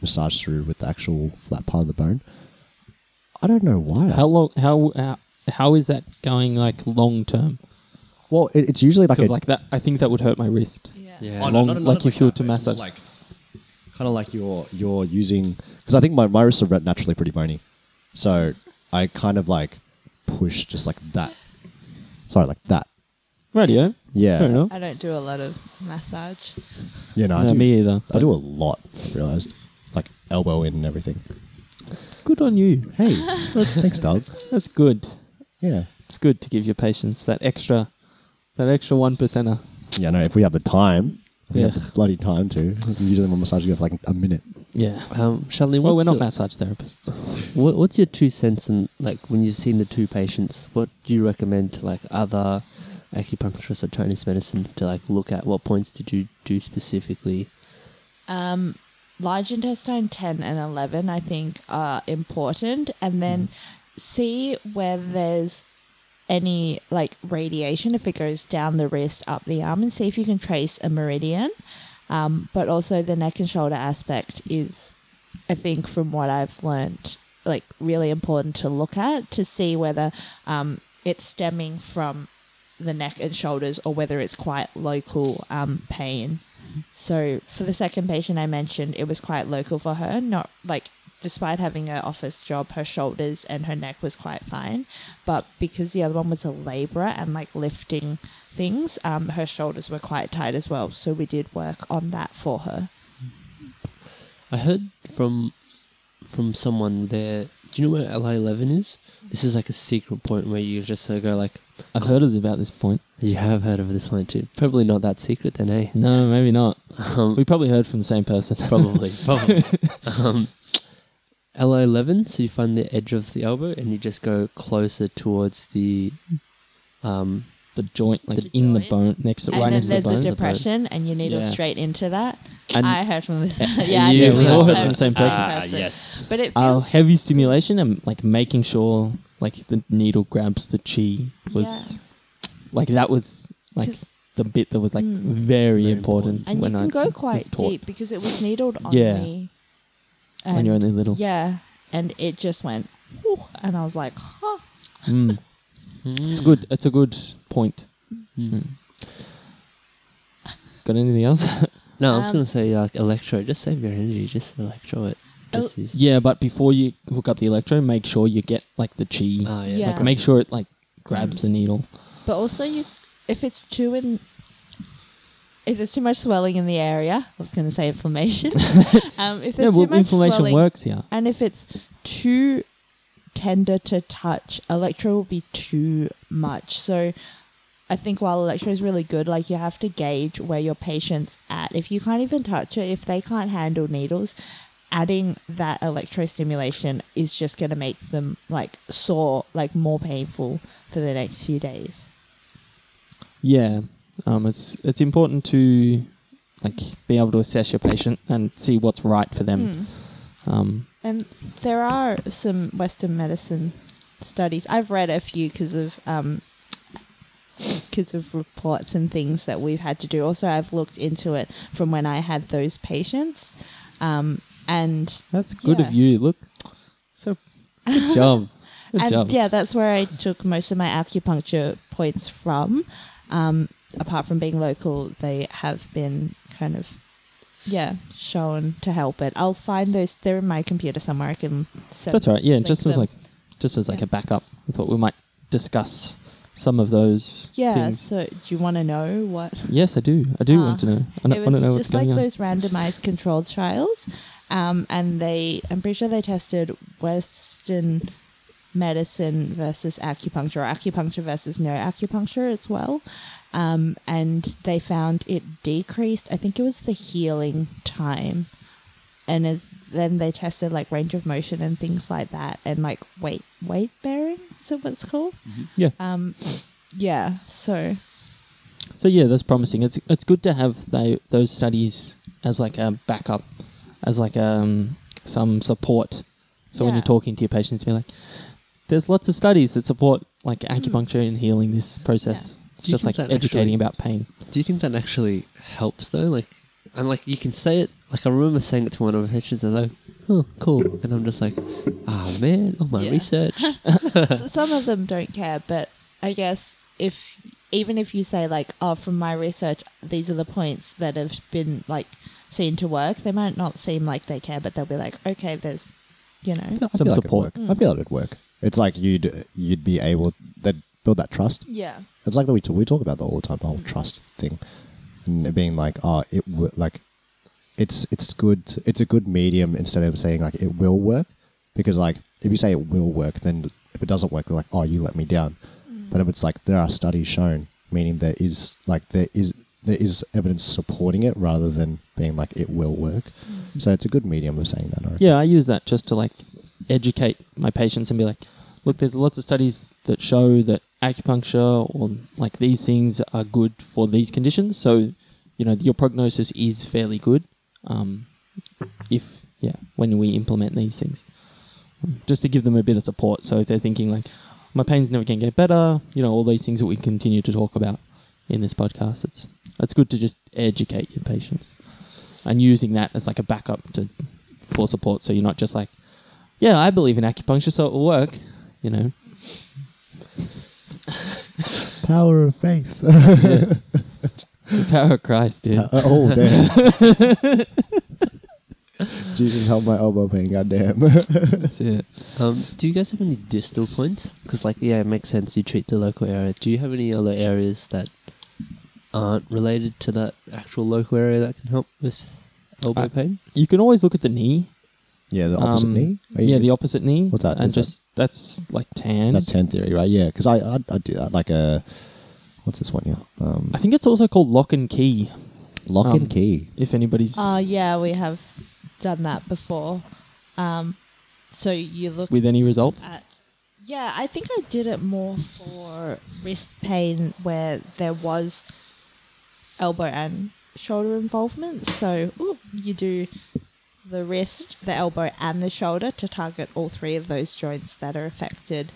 Speaker 1: massage through with the actual flat part of the bone. I don't know why.
Speaker 2: How long? How how, how is that going? Like long term?
Speaker 1: well, it, it's usually like a
Speaker 2: Because like that, I think that would hurt my wrist.
Speaker 3: Yeah.
Speaker 1: Oh,
Speaker 2: Long- like if you were to
Speaker 1: but it's more
Speaker 2: massage.
Speaker 1: Like, kind of like you're you're using because I think my my wrists are naturally pretty bony, so I kind of like push just like that. Sorry, like that.
Speaker 2: Radio.
Speaker 1: Yeah.
Speaker 2: Fair enough.
Speaker 4: I don't do a lot of massage.
Speaker 1: You know, I
Speaker 2: No,
Speaker 1: do.
Speaker 2: me either.
Speaker 1: I do a lot. I realized, like elbow in and everything.
Speaker 2: Good on you.
Speaker 1: Hey, well, thanks, Doug.
Speaker 2: That's good.
Speaker 1: Yeah.
Speaker 2: It's good to give your patients that extra, that extra one percenter.
Speaker 1: Yeah. No, if we have the time, if we have
Speaker 2: Yeah.
Speaker 1: the bloody time to. Usually, my massage goes for like a minute.
Speaker 2: Yeah.
Speaker 3: Um, Charlene,
Speaker 2: Well,
Speaker 3: what's
Speaker 2: we're not
Speaker 3: your-
Speaker 2: massage therapists.
Speaker 3: What, what's your two cents in like when you've seen the two patients? What do you recommend to like other acupuncturists or Chinese medicine to like look at? What points did you do specifically?
Speaker 4: Um, large intestine 10 and 11, I think, are important. And then see where there's any like radiation, if it goes down the wrist, up the arm, and see if you can trace a meridian. Um, but also the neck and shoulder aspect is, I think, from what I've learnt, like really important to look at to see whether um, it's stemming from the neck and shoulders or whether it's quite local um, pain. So for the second patient I mentioned, it was quite local for her. Not like despite having an office job, her shoulders and her neck was quite fine, but because the other one was a labourer and like lifting things, um, her shoulders were quite tight as well. So we did work on that for her.
Speaker 3: I heard from from someone there. Do you know where Li Eleven is? This is like a secret point where you just sort of go like,
Speaker 2: I've heard of about this point.
Speaker 3: you have heard of this one too. Probably not that secret then, eh?
Speaker 2: No, maybe not.
Speaker 3: Um,
Speaker 2: We probably heard from the same person.
Speaker 3: probably, probably. um, Li Eleven. So you find the edge of the elbow and you just go closer towards the um,
Speaker 2: the joint, like
Speaker 4: The
Speaker 2: in the
Speaker 4: joint.
Speaker 2: bone, next to
Speaker 4: and
Speaker 2: right
Speaker 4: then
Speaker 2: next to the
Speaker 4: there's
Speaker 2: bone.
Speaker 4: a depression, and you needle
Speaker 2: Yeah.
Speaker 4: straight into that.
Speaker 2: And-
Speaker 4: I heard from this. yeah,
Speaker 2: you
Speaker 4: I did
Speaker 2: we all
Speaker 4: that
Speaker 2: heard from the same person.
Speaker 3: Ah, yes.
Speaker 4: But it
Speaker 2: Uh,
Speaker 4: feels
Speaker 2: heavy stimulation and like making sure like the needle grabs the chi was like that was like
Speaker 4: 'Cause-
Speaker 2: the bit that was like
Speaker 4: Mm.
Speaker 2: very,
Speaker 3: Very
Speaker 2: important,
Speaker 4: and you
Speaker 2: when
Speaker 4: can
Speaker 2: I
Speaker 4: go
Speaker 2: was
Speaker 4: quite
Speaker 2: taught
Speaker 4: deep because it was needled on
Speaker 2: Yeah.
Speaker 4: me.
Speaker 2: when you're
Speaker 4: And-
Speaker 2: only little.
Speaker 4: Yeah, and it just went, "Whew," and I was like, huh.
Speaker 2: Mm. It's good. It's a good point. Mm. Got anything else?
Speaker 3: No, I was
Speaker 4: Um,
Speaker 3: gonna say like electro. Just save your energy. Just electro it.
Speaker 4: oh,
Speaker 3: ah, Just use-
Speaker 2: yeah, but before you hook up the electro, make sure you get like the chi.
Speaker 3: Oh,
Speaker 4: Yeah.
Speaker 2: Like make sure it like grabs
Speaker 4: Mm.
Speaker 2: the needle.
Speaker 4: But also, you, if it's too in, if there's too much swelling in the area, I was going to say inflammation. um, if
Speaker 2: Yeah,
Speaker 4: there's
Speaker 2: well,
Speaker 4: too much
Speaker 2: information
Speaker 4: swelling,
Speaker 2: works here.
Speaker 4: and if it's too tender to touch, electro will be too much. So I think while electro is really good, like you have to gauge where your patient's at. If you can't even touch it, if they can't handle needles, adding that electro stimulation is just going to make them like sore, like more painful for the next few days.
Speaker 2: Yeah, um, it's it's important to like be able to assess your patient and see what's right for them.
Speaker 4: Mm.
Speaker 2: Um,
Speaker 4: And there are some Western medicine studies. I've read a few because of um, because of reports and things that we've had to do. Also, I've looked into it from when I had those patients. Um, and
Speaker 2: that's good
Speaker 4: Yeah.
Speaker 2: of you. Look, so good job. Good
Speaker 4: and
Speaker 2: job.
Speaker 4: yeah, that's where I took most of my acupuncture points from. Um, apart from being local, they have been kind of yeah shown to help it. I'll find those. They're in my computer somewhere. I can. Set
Speaker 2: that's right. Yeah,
Speaker 4: link
Speaker 2: just as
Speaker 4: them.
Speaker 2: like just as like
Speaker 4: Yeah.
Speaker 2: a backup, I thought we might discuss some of those.
Speaker 4: Yeah.
Speaker 2: Things.
Speaker 4: So, do you want to know what?
Speaker 2: Yes, I do. I do
Speaker 4: Ah.
Speaker 2: want to know. I don't,
Speaker 4: it
Speaker 2: I
Speaker 4: was
Speaker 2: don't know what's
Speaker 4: just like
Speaker 2: going on.
Speaker 4: those randomized controlled trials, um, and they. I'm pretty sure they tested Western medicine versus acupuncture, or acupuncture versus no acupuncture as well, um, and they found it decreased. I think it was the healing time, and it, then they tested like range of motion and things like that, and like weight weight bearing. Is that what it's called?
Speaker 2: Yeah.
Speaker 4: Um, yeah. So
Speaker 2: So yeah, that's promising. It's it's good to have tho- those studies as like a backup, as like um some support. So when
Speaker 4: Yeah.
Speaker 2: you're talking to your patients, be like, "There's lots of studies that support like acupuncture and healing this process."
Speaker 4: Yeah.
Speaker 2: It's
Speaker 3: Do you
Speaker 2: just
Speaker 3: think
Speaker 2: like
Speaker 3: that actually-
Speaker 2: educating about pain.
Speaker 3: Do you think that actually helps though? Like, and like you can say it. Like I remember saying it to one of my patients, and they oh, cool. And I'm just like, ah, man, all my
Speaker 4: Yeah.
Speaker 3: research.
Speaker 4: S- some of them don't care, but I guess if even if you say like, oh, from my research, these are the points that have been like seen to work, they might not seem like they care, but they'll be like, okay, there's, you know,
Speaker 1: I feel
Speaker 2: Some
Speaker 1: like
Speaker 2: support.
Speaker 1: It'd work. I feel like it'd work. It's like you'd you'd be able they'd build that trust.
Speaker 4: yeah,
Speaker 1: It's like that we talk, we talk about that all the time, the whole trust thing, and it being like, oh, it w- like it's it's good. to- it's a good medium instead of saying like it will work, because like if you say it will work, then if it doesn't work, they're like, oh, you let me down. But if it's like there are studies shown, meaning there is like there is there is evidence supporting it, rather than being like it will work. So it's a good medium of saying that. I reckon.
Speaker 2: Yeah, I use that just to like educate my patients and be like, look, there's lots of studies that show that acupuncture or like these things are good for these conditions. So, you know, your prognosis is fairly good. Um, if yeah, when we implement these things, just to give them a bit of support. So if they're thinking like, my pain's never going to get better, you know, all these things that we continue to talk about in this podcast, it's it's good to just educate your patients and using that as like a backup to for support. So you're not just like, yeah, I believe in acupuncture, so it will work. You know,
Speaker 1: Power of faith.
Speaker 2: the power of Christ, dude.
Speaker 1: Uh, oh damn! Jesus help my elbow pain. Goddamn.
Speaker 2: That's it.
Speaker 3: Um, do you guys have any distal points? Because, like, yeah, it makes sense. You treat the local area. Do you have any other areas that aren't related to that actual local area that can help with elbow
Speaker 2: Uh,
Speaker 3: pain?
Speaker 2: You can always look at the knee.
Speaker 1: yeah, the opposite
Speaker 2: Um,
Speaker 1: knee. Are you-
Speaker 2: Yeah, the opposite knee.
Speaker 1: What's that?
Speaker 2: And
Speaker 1: Is that-
Speaker 2: just that's like tan.
Speaker 1: that's ten theory, right? Yeah, because I, I I do that like a what's this one? Yeah, um,
Speaker 2: I think it's also called lock and key.
Speaker 1: lock
Speaker 2: um,
Speaker 1: and key.
Speaker 2: If anybody's
Speaker 4: uh, yeah, we have done that before. Um, so you look
Speaker 2: with any result,
Speaker 4: at Uh, yeah i think i did it more for wrist pain where there was elbow and shoulder involvement so ooh, you do the wrist the elbow and the shoulder to target all three of those joints that are affected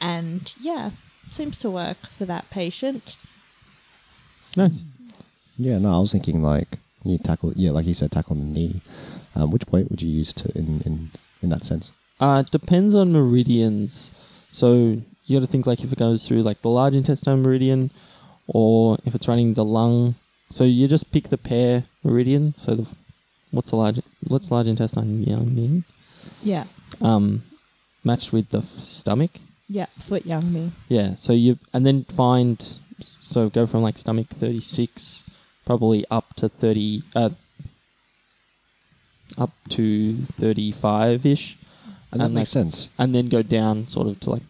Speaker 4: and yeah seems to work for that patient
Speaker 2: nice.
Speaker 1: Yeah, no, I was thinking like you tackle. Yeah, like you said, tackle the knee. Um, which point would you use to in in in that sense?
Speaker 2: Uh, it depends on meridians. So you got to think like if it goes through like the large intestinal meridian, or if it's running the lung. So you just pick the pair meridian. So the what's the large what's large intestine yang mean?
Speaker 4: yeah
Speaker 2: Um, matched with the f- stomach.
Speaker 4: yeah foot young me
Speaker 2: Yeah. So you and then find so go from like stomach thirty six, probably up to thirty uh, up to thirty five ish
Speaker 1: And that
Speaker 2: And,
Speaker 1: makes sense.
Speaker 2: and then go down sort of to like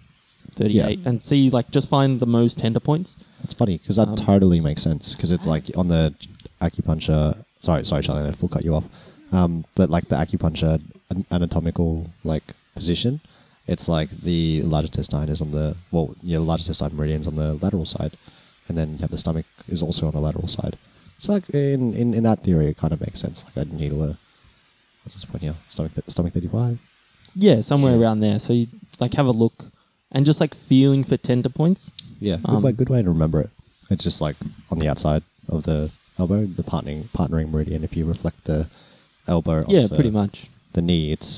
Speaker 2: 38
Speaker 4: Yeah.
Speaker 2: and see like just find the most tender points
Speaker 1: It's funny because that
Speaker 2: Um,
Speaker 1: totally makes sense because it's like on the acupuncture. Sorry, sorry, Charlie, I full cut you off. Um, but like the acupuncture an- anatomical like position, it's like the large intestine is on the well, yeah, the large intestine meridian is on the lateral side, and then you have the stomach is also on the lateral side. So like in in, in that theory, it kind of makes sense. Like I'd needle a what's this point here? Stomach th- stomach thirty five.
Speaker 2: yeah somewhere
Speaker 1: Yeah.
Speaker 2: around there so you like have a look and just like feeling for tender points
Speaker 1: Yeah, good
Speaker 2: Um,
Speaker 1: way. Good way to remember it. It's just like on the outside of the elbow, the partnering partnering meridian. If you reflect the elbow,
Speaker 2: yeah
Speaker 1: onto
Speaker 2: pretty much
Speaker 1: the knee. It's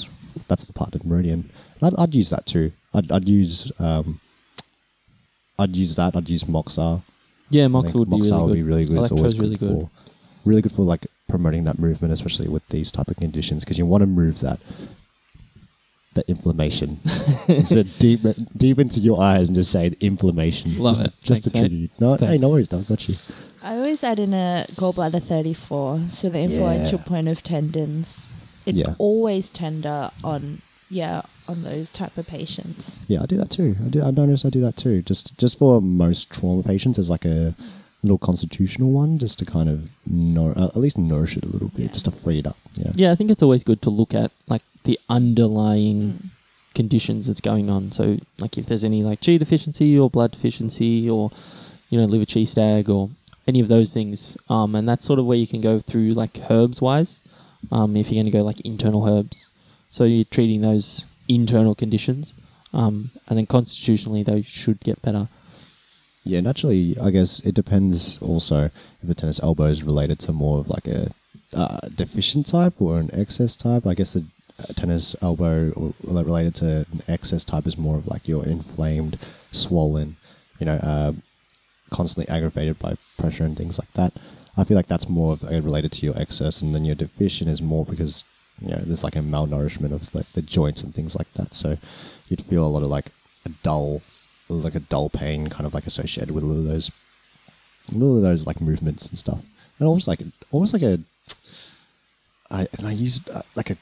Speaker 1: that's the partnered meridian. And I'd, I'd use that too. I'd, I'd use um, I'd use that. I'd use moxa.
Speaker 2: yeah
Speaker 1: I
Speaker 2: moxa
Speaker 1: think
Speaker 2: would, be,
Speaker 1: moxa
Speaker 2: really
Speaker 1: would
Speaker 2: good.
Speaker 1: be really good. It's
Speaker 2: Electro's
Speaker 1: always
Speaker 2: really
Speaker 1: good, for really good for like promoting that movement, especially with these type of conditions, because you want to move that. The inflammation. it's a deep, deep into your eyes and just say inflammation.
Speaker 2: Love
Speaker 1: just
Speaker 2: it.
Speaker 1: To, just to
Speaker 2: Thanks, mate.
Speaker 1: trigger you. No, hey,
Speaker 2: Thanks.
Speaker 1: no worries, Doug. Got you.
Speaker 4: i always add in a gallbladder 34 so the influential
Speaker 1: Yeah.
Speaker 4: point of tendons it's
Speaker 1: Yeah.
Speaker 4: always tender on yeah on those type of patients
Speaker 1: Yeah, I do that too. I do. I notice I do that too. Just just for most trauma patients, there's like a little constitutional one, just to kind of nour- uh, at least nourish it a little bit,
Speaker 4: Yeah.
Speaker 1: just to free it up. Yeah.
Speaker 2: yeah i think it's always good to look at like the underlying
Speaker 4: Mm.
Speaker 2: conditions that's going on so like if there's any like g deficiency or blood deficiency or you know liver cheese stag or any of those things um and that's sort of where you can go through like herbs wise um, if you're going to go like internal herbs. So you're treating those internal conditions, um, and then constitutionally they should get better.
Speaker 1: Yeah, naturally, I guess it depends also if the tennis elbow is related to more of like a uh, deficient type or an excess type. I guess the uh, tennis elbow or- or related to an excess type is more of like you're inflamed, swollen, you know, uh, constantly aggravated by pressure and things like that. I feel like that's more of, uh, related to your excess, and then your deficient is more because you know there's like a malnourishment of like the joints and things like that. So you'd feel a lot of like a dull, like a dull pain, kind of like associated with a lot of those, a little of those like movements and stuff, and almost like almost like a, I and I used uh, like a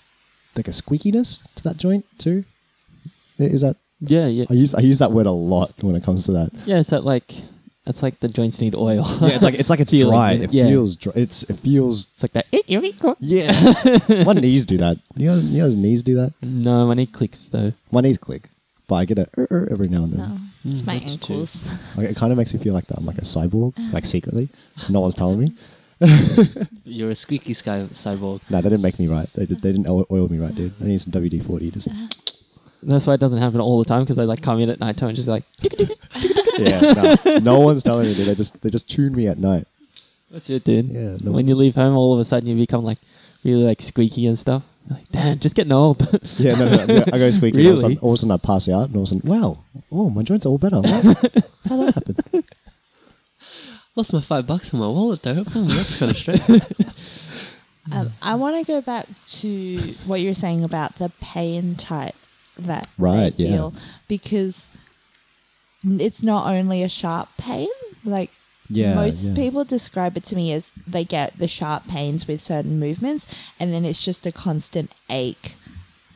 Speaker 1: like a squeakiness to that joint too. I- Is that
Speaker 2: Yeah, yeah.
Speaker 1: I use I use that word a lot when it comes to that.
Speaker 2: Yeah, it's that like it's like the joints need oil.
Speaker 1: Yeah, it's like it's like it's
Speaker 2: Feeling,
Speaker 1: dry. It
Speaker 2: yeah.
Speaker 1: feels dry. It's it feels
Speaker 2: it's like that.
Speaker 1: yeah. My knees do that. You know, you know his knees do that.
Speaker 2: No, my knee clicks though.
Speaker 1: My knees click, but I get a "er, er" every now and then.
Speaker 4: No, it's my
Speaker 3: Mm, that's true.
Speaker 4: ankles.
Speaker 1: Like it kind of makes me feel like that. I'm like a cyborg, like secretly. No one's telling me.
Speaker 3: You're a squeaky sky cyborg.
Speaker 1: No, they didn't make me right. They, did, they didn't oil oil me right, dude. I need some WD forty. Just
Speaker 2: That's why it doesn't happen all the time because I like come in at night time and just like
Speaker 1: yeah. No, no one's telling me. Dude. They just they just tune me at night.
Speaker 2: that's it, dude.
Speaker 1: Yeah. No,
Speaker 2: When you leave home, all of a sudden you become like really like squeaky and stuff. You're like damn, just getting old.
Speaker 1: Yeah, no, no, no. I go squeaky. All, of a sudden,
Speaker 2: Really?
Speaker 1: all of a sudden, I pass out, and all of a sudden, wow, oh, my joints are all better. What? How that happened?
Speaker 3: Lost my five bucks in my wallet though. Hmm, that's kind of strange.
Speaker 4: Um, I want to go back to what you were saying about the pain type that they
Speaker 1: Right, yeah.
Speaker 4: feel because n- it's not only a sharp pain. Like
Speaker 1: Yeah,
Speaker 4: most
Speaker 1: yeah.
Speaker 4: people describe it to me as they get the sharp pains with certain movements, and then it's just a constant ache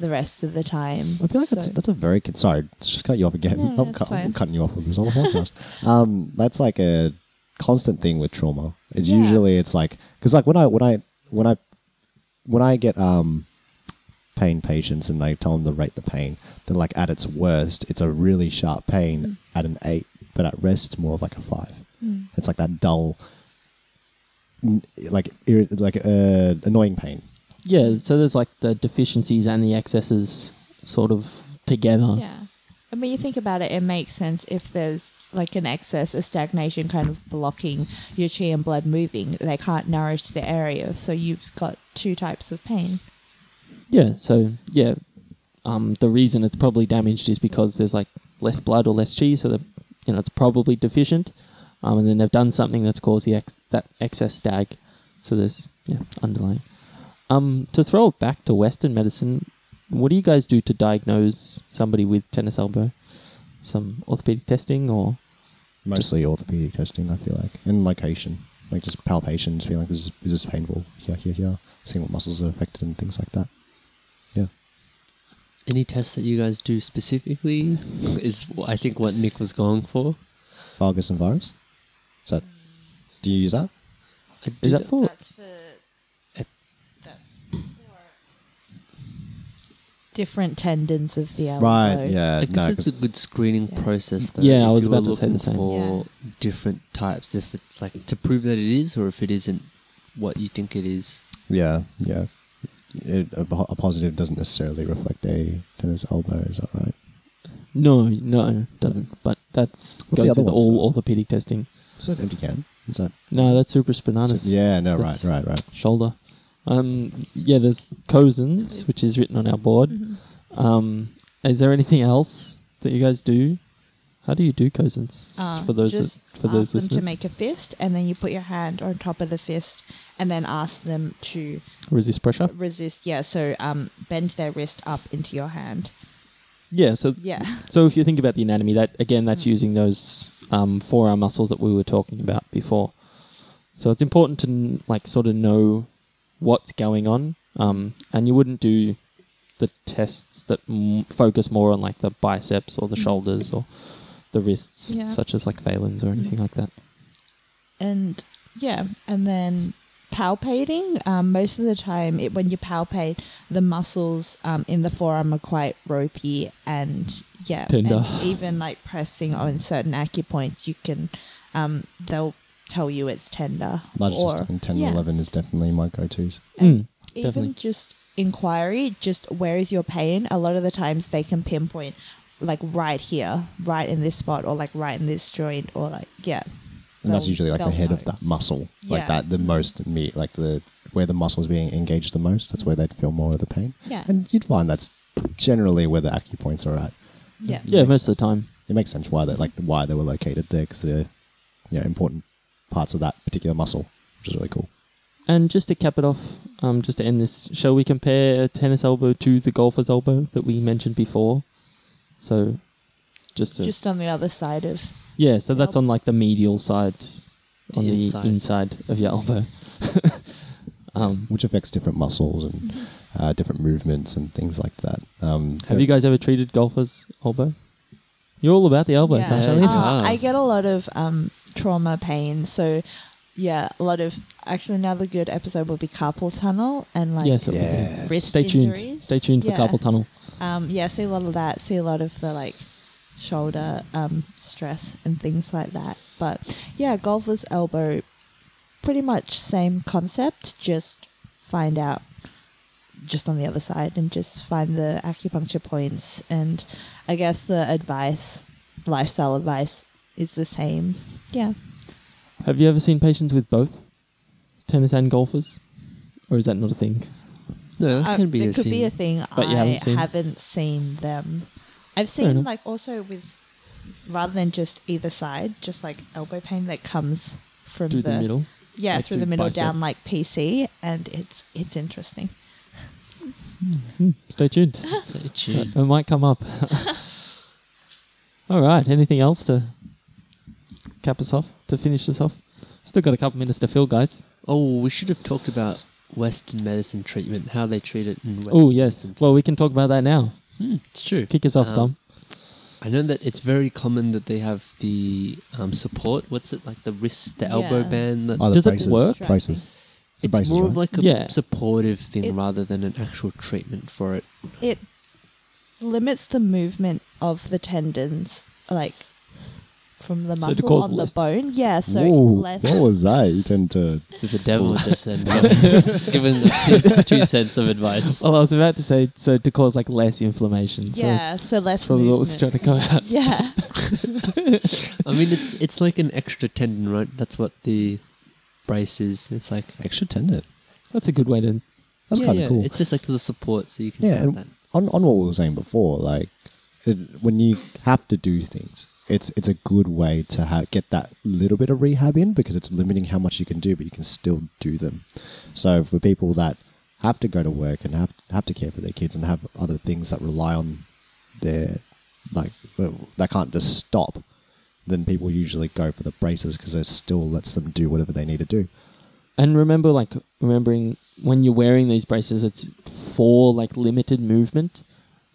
Speaker 4: the rest of the time.
Speaker 1: I feel like that's,
Speaker 4: So-
Speaker 1: that's a very con- sorry. Just cut you off again.
Speaker 4: No,
Speaker 1: I'm,
Speaker 4: that's
Speaker 1: cut, I'm
Speaker 4: fine.
Speaker 1: cutting you off with this whole podcast. um, that's like a constant thing with trauma. It's
Speaker 4: Yeah.
Speaker 1: usually it's like because like when I when I when I when I get um pain patients and they tell them to rate the pain, they're like at its worst, it's a really sharp pain at an eight, but at rest it's more of like a five.
Speaker 4: Mm.
Speaker 1: It's like that dull, n- like irri- like uh, annoying pain.
Speaker 2: yeah, so there's like the deficiencies and the excesses sort of together.
Speaker 4: Yeah. I mean, you think about it, it makes sense if there's like an excess, a stagnation kind of blocking your chi and blood moving. They can't nourish the area. So you've got two types of pain.
Speaker 2: Yeah, so yeah, um, the reason it's probably damaged is because there's like less blood or less cheese, so the you know it's probably deficient, um, and then they've done something that's caused the ex- that excess stag. So there's yeah underlying. Um, to throw it back to Western medicine, what do you guys do to diagnose somebody with tennis elbow? Some orthopedic testing or
Speaker 1: mostly orthopedic testing. I feel like and location, like just palpations, feeling like this is, is this painful here, here, here, seeing what muscles are affected and things like that. Yeah,
Speaker 3: Any tests that you guys do specifically is, wh- I think, what Nick was going for.
Speaker 1: Vargas and virus. So, do you use that?
Speaker 3: I
Speaker 2: is
Speaker 3: did-
Speaker 2: that for
Speaker 4: for.
Speaker 3: Ep-
Speaker 4: That's for. Different tendons of the elbow.
Speaker 1: Right. Yeah.
Speaker 3: I guess
Speaker 1: no,
Speaker 3: it's a good screening
Speaker 4: Yeah.
Speaker 3: process, though.
Speaker 2: Uh, Yeah, I
Speaker 3: if
Speaker 2: was
Speaker 3: you were
Speaker 2: about to say the
Speaker 3: looking
Speaker 2: same.
Speaker 3: For different types, if it's like to prove that it is, or if it isn't what you think it is.
Speaker 1: yeah. Yeah. It, a, po- a positive doesn't necessarily reflect a tennis elbow. Is that right?
Speaker 2: no no doesn't but that's
Speaker 1: What's the
Speaker 2: goes
Speaker 1: other
Speaker 2: with
Speaker 1: ones
Speaker 2: all
Speaker 1: for?
Speaker 2: orthopedic testing.
Speaker 1: Is that empty can? Is that?
Speaker 2: No, that's supraspinatus.
Speaker 1: yeah. No. Right.
Speaker 2: That's-
Speaker 1: Right. Right.
Speaker 2: shoulder. Um, yeah, there's Cousins, which is written on our board.
Speaker 4: Mhm.
Speaker 2: Um, is there anything else that you guys do? How do you do Cousins
Speaker 4: Uh,
Speaker 2: for those
Speaker 4: just
Speaker 2: for
Speaker 4: ask
Speaker 2: those
Speaker 4: them
Speaker 2: listeners?
Speaker 4: to make a fist, and then you put your hand on top of the fist, and then ask them to
Speaker 2: Resist pressure.
Speaker 4: resist. Yeah, so um, bend their wrist up into your hand.
Speaker 2: Yeah. So
Speaker 4: Yeah.
Speaker 2: so if you think about the anatomy, that again, that's
Speaker 4: Mm.
Speaker 2: using those um, forearm muscles that we were talking about before. So it's important to n- like sort of know what's going on, um, and you wouldn't do the tests that m- focus more on like the biceps or the
Speaker 4: Mm.
Speaker 2: shoulders or the wrists,
Speaker 4: Yeah.
Speaker 2: such as like phalans or anything like that.
Speaker 4: and yeah, and then palpating. Um, most of the time, it, when you palpate, the muscles um, in the forearm are quite ropey and yeah,
Speaker 2: Tender.
Speaker 4: and even like pressing on certain acupoints, you can um, they'll tell you it's tender
Speaker 1: Largest
Speaker 4: or
Speaker 1: testing, 10
Speaker 4: yeah.
Speaker 1: 11 is definitely my go-to's.
Speaker 4: And
Speaker 2: Mm,
Speaker 4: even
Speaker 2: definitely.
Speaker 4: just inquiry, just where is your pain? A lot of the times they can pinpoint like right here, right in this spot, or like right in this joint, or like yeah.
Speaker 1: and that's
Speaker 4: they'll-
Speaker 1: usually like the
Speaker 4: they'll
Speaker 1: head
Speaker 4: know.
Speaker 1: of that muscle, like
Speaker 4: Yeah.
Speaker 1: that the most me like the where the muscle's being engaged the most. That's where they'd feel more of the pain.
Speaker 4: Yeah.
Speaker 1: And you'd find that's generally where the acupoints are at.
Speaker 4: Yeah.
Speaker 2: Yeah, most of the time.
Speaker 1: It makes sense why they like why they were located there because they're you know, important parts of that particular muscle, which is really cool.
Speaker 2: And just to cap it off, um, just to end this, shall we compare tennis elbow to the golfer's elbow that we mentioned before? So, just to
Speaker 4: Just on the other side of.
Speaker 2: yeah, so that's on like the medial side,
Speaker 3: The
Speaker 2: on the
Speaker 3: inside.
Speaker 2: inside. of your elbow. um,
Speaker 1: which affects different muscles and uh, different movements and things like that. Um,
Speaker 2: have you guys ever treated golfer's elbow? You're all about the elbows,
Speaker 4: Yeah.
Speaker 2: aren't you?
Speaker 3: Yeah.
Speaker 4: Uh,
Speaker 3: Ah.
Speaker 4: I get a lot of um, trauma pain, so yeah, a lot of. Actually, another good episode will be carpal tunnel and like.
Speaker 2: Yes.
Speaker 1: Yes.
Speaker 4: Wrist
Speaker 2: Stay tuned.
Speaker 4: injuries?
Speaker 2: Stay tuned for
Speaker 4: Yeah.
Speaker 2: carpal tunnel.
Speaker 4: Um, yeah, see a lot of that. See a lot of the like shoulder um, stress and things like that. But yeah, golfer's elbow, pretty much same concept. Just find out just on the other side and just find the acupuncture points. And I guess the advice, lifestyle advice, is the same. Yeah.
Speaker 2: Have you ever seen patients with both tennis and golfers, or is that not a thing?
Speaker 3: No, that
Speaker 4: I-
Speaker 3: can be
Speaker 4: Uh, it
Speaker 3: a
Speaker 4: Um, could
Speaker 3: thing.
Speaker 4: be a thing.
Speaker 2: But
Speaker 4: I
Speaker 2: you haven't
Speaker 4: haven't
Speaker 2: seen?
Speaker 4: seen. them. I've
Speaker 2: Fair
Speaker 4: seen
Speaker 2: enough.
Speaker 4: like also with rather than just either side, just like elbow pain that comes from
Speaker 2: Through the, middle.
Speaker 4: Yeah,
Speaker 2: like
Speaker 4: through
Speaker 2: through
Speaker 4: the middle
Speaker 2: bicep.
Speaker 4: down like PC, and it's it's interesting.
Speaker 2: Stay tuned.
Speaker 3: Stay tuned.
Speaker 2: it might come up. All right. Anything else to cap us off? To finish this off? Still got a couple minutes to fill, guys.
Speaker 3: Oh, we should have talked about Western medicine treatment, how they treat it in Western
Speaker 2: Oh yes.
Speaker 3: medicine.
Speaker 2: Well, we can talk about that now.
Speaker 3: Hmm, it's true.
Speaker 2: Kick us off,
Speaker 3: Um,
Speaker 2: Tom.
Speaker 3: I know that it's very common that they have the um, support. What's it like? The wrist, the elbow
Speaker 4: Yeah.
Speaker 3: band. The,
Speaker 1: Oh, the
Speaker 2: Does it
Speaker 1: braces,
Speaker 2: work?
Speaker 1: Braces. It's the
Speaker 3: it's
Speaker 1: braces,
Speaker 3: more
Speaker 1: right?
Speaker 3: of like a
Speaker 2: Yeah.
Speaker 3: supportive thing
Speaker 4: It-
Speaker 3: rather than an actual treatment for it.
Speaker 4: It limits the movement of the tendons, like from the
Speaker 2: So to
Speaker 4: muscle
Speaker 2: cause
Speaker 4: on
Speaker 2: less-
Speaker 4: the bone. Yeah, so
Speaker 1: Whoa,
Speaker 4: less.
Speaker 1: what was that? You tend to
Speaker 3: So the devil just then given his two cents of advice.
Speaker 2: Well, I was about to say so to cause like less inflammation. So that's-
Speaker 4: Yeah, so less
Speaker 2: that's probably what was
Speaker 4: movement.
Speaker 2: trying to come out.
Speaker 4: Yeah,
Speaker 3: I mean, it's it's like an extra tendon, right? That's what the brace is. It's like
Speaker 1: extra tendon.
Speaker 2: That's a good way to.
Speaker 1: That's
Speaker 3: yeah,
Speaker 1: kind of
Speaker 3: yeah,
Speaker 1: cool.
Speaker 3: It's just like the support, so you can
Speaker 1: Yeah,
Speaker 3: have
Speaker 1: and-
Speaker 3: that.
Speaker 1: on, on what we were saying before, like it, when you have to do things, it's it's a good way to ha- get that little bit of rehab in because it's limiting how much you can do, but you can still do them. So for people that have to go to work and have have to care for their kids and have other things that rely on their like well, that can't just stop, then people usually go for the braces because it still lets them do whatever they need to do.
Speaker 2: And remember, like remembering when you're wearing these braces, it's for like limited movement.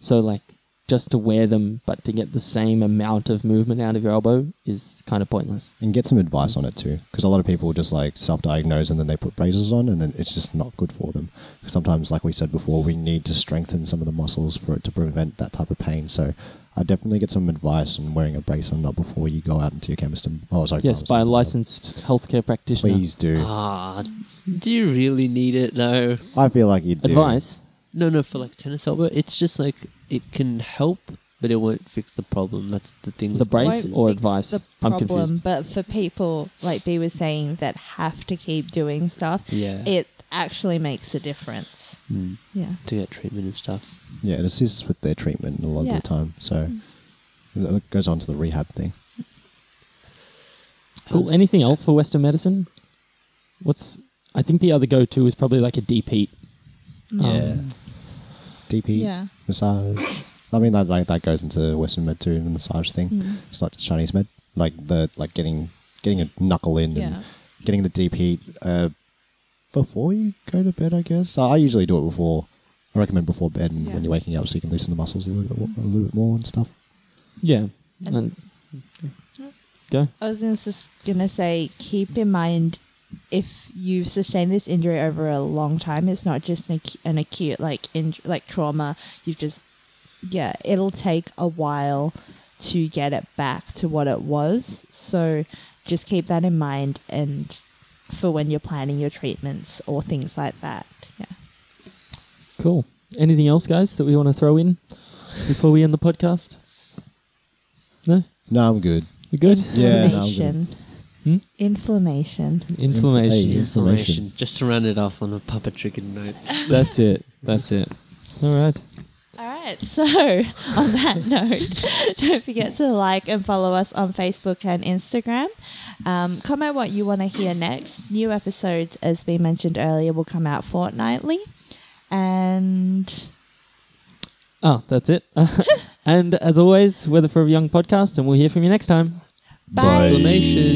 Speaker 2: So like just to wear them, but to get the same amount of movement out of your elbow is kind of pointless.
Speaker 1: And get some advice on it too, because a lot of people just like self-diagnose and then they put braces on, and then it's just not good for them. Sometimes, like we said before, we need to strengthen some of the muscles for it to prevent that type of pain. So, I definitely get some advice on wearing a brace or not before you go out into your chemist. And, oh, sorry,
Speaker 2: Yes,
Speaker 1: pharmacist.
Speaker 2: by a licensed healthcare practitioner.
Speaker 1: Please do.
Speaker 3: Ah, do you really need it though?
Speaker 1: I feel like you do.
Speaker 2: Advice.
Speaker 3: No, no, for like tennis elbow, it's just like it can help, but it won't fix the problem. That's the thing.
Speaker 2: The
Speaker 3: with
Speaker 2: brace
Speaker 3: braces.
Speaker 4: Won't
Speaker 2: or
Speaker 4: fix
Speaker 2: advice?
Speaker 4: The
Speaker 2: I'm
Speaker 4: problem,
Speaker 2: confused.
Speaker 4: but for people like B was saying that have to keep doing stuff,
Speaker 3: yeah,
Speaker 4: it actually makes a difference.
Speaker 3: Mm.
Speaker 4: Yeah.
Speaker 3: to get treatment and stuff.
Speaker 1: Yeah, it assists with their treatment a lot
Speaker 4: Yeah.
Speaker 1: of the time. So, that goes on to the rehab thing.
Speaker 2: Cool. Anything else for Western medicine? What's I think the other go-to is probably like a Um, deep heat.
Speaker 4: Mm.
Speaker 3: Yeah.
Speaker 1: DP
Speaker 4: Yeah.
Speaker 1: massage. I mean, that like that goes into Western med too, the massage thing.
Speaker 4: Mm.
Speaker 1: It's not just Chinese med. Like the like getting getting a knuckle in
Speaker 4: Yeah.
Speaker 1: and getting the deep heat uh, before you go to bed. I guess I I usually do it before. I recommend before bed and
Speaker 4: Yeah.
Speaker 1: when you're waking up, so you can loosen the muscles a little bit, a little bit more and stuff.
Speaker 2: Yeah.
Speaker 4: And-
Speaker 2: And go.
Speaker 4: I was gonna- just gonna say, keep in mind if you've sustained this injury over a long time, it's not just an, acu- an acute like inj- like trauma. You've just yeah, it'll take a while to get it back to what it was. So just keep that in mind, and for when you're planning your treatments or things like that. Yeah.
Speaker 2: Cool. Anything else, guys, that we want to throw in before we end the podcast? No,
Speaker 1: No, I'm good.
Speaker 2: you good?
Speaker 1: Yeah, no, I'm good.
Speaker 4: Information.
Speaker 2: Hmm?
Speaker 4: Inflammation.
Speaker 2: Inflammation.
Speaker 1: Inflammation.
Speaker 3: Information. Just to round it off on a Papa Chicken note.
Speaker 2: That's it. That's it. All right.
Speaker 4: All right. So, on that note, don't forget to like and follow us on Facebook and Instagram. Um, comment what you want to hear next. New episodes, as we mentioned earlier, will come out fortnightly. And
Speaker 2: Oh, that's it. and as always, we're the Forever Young podcast, and we'll hear from you next time.
Speaker 1: Bye.
Speaker 3: Inflammation.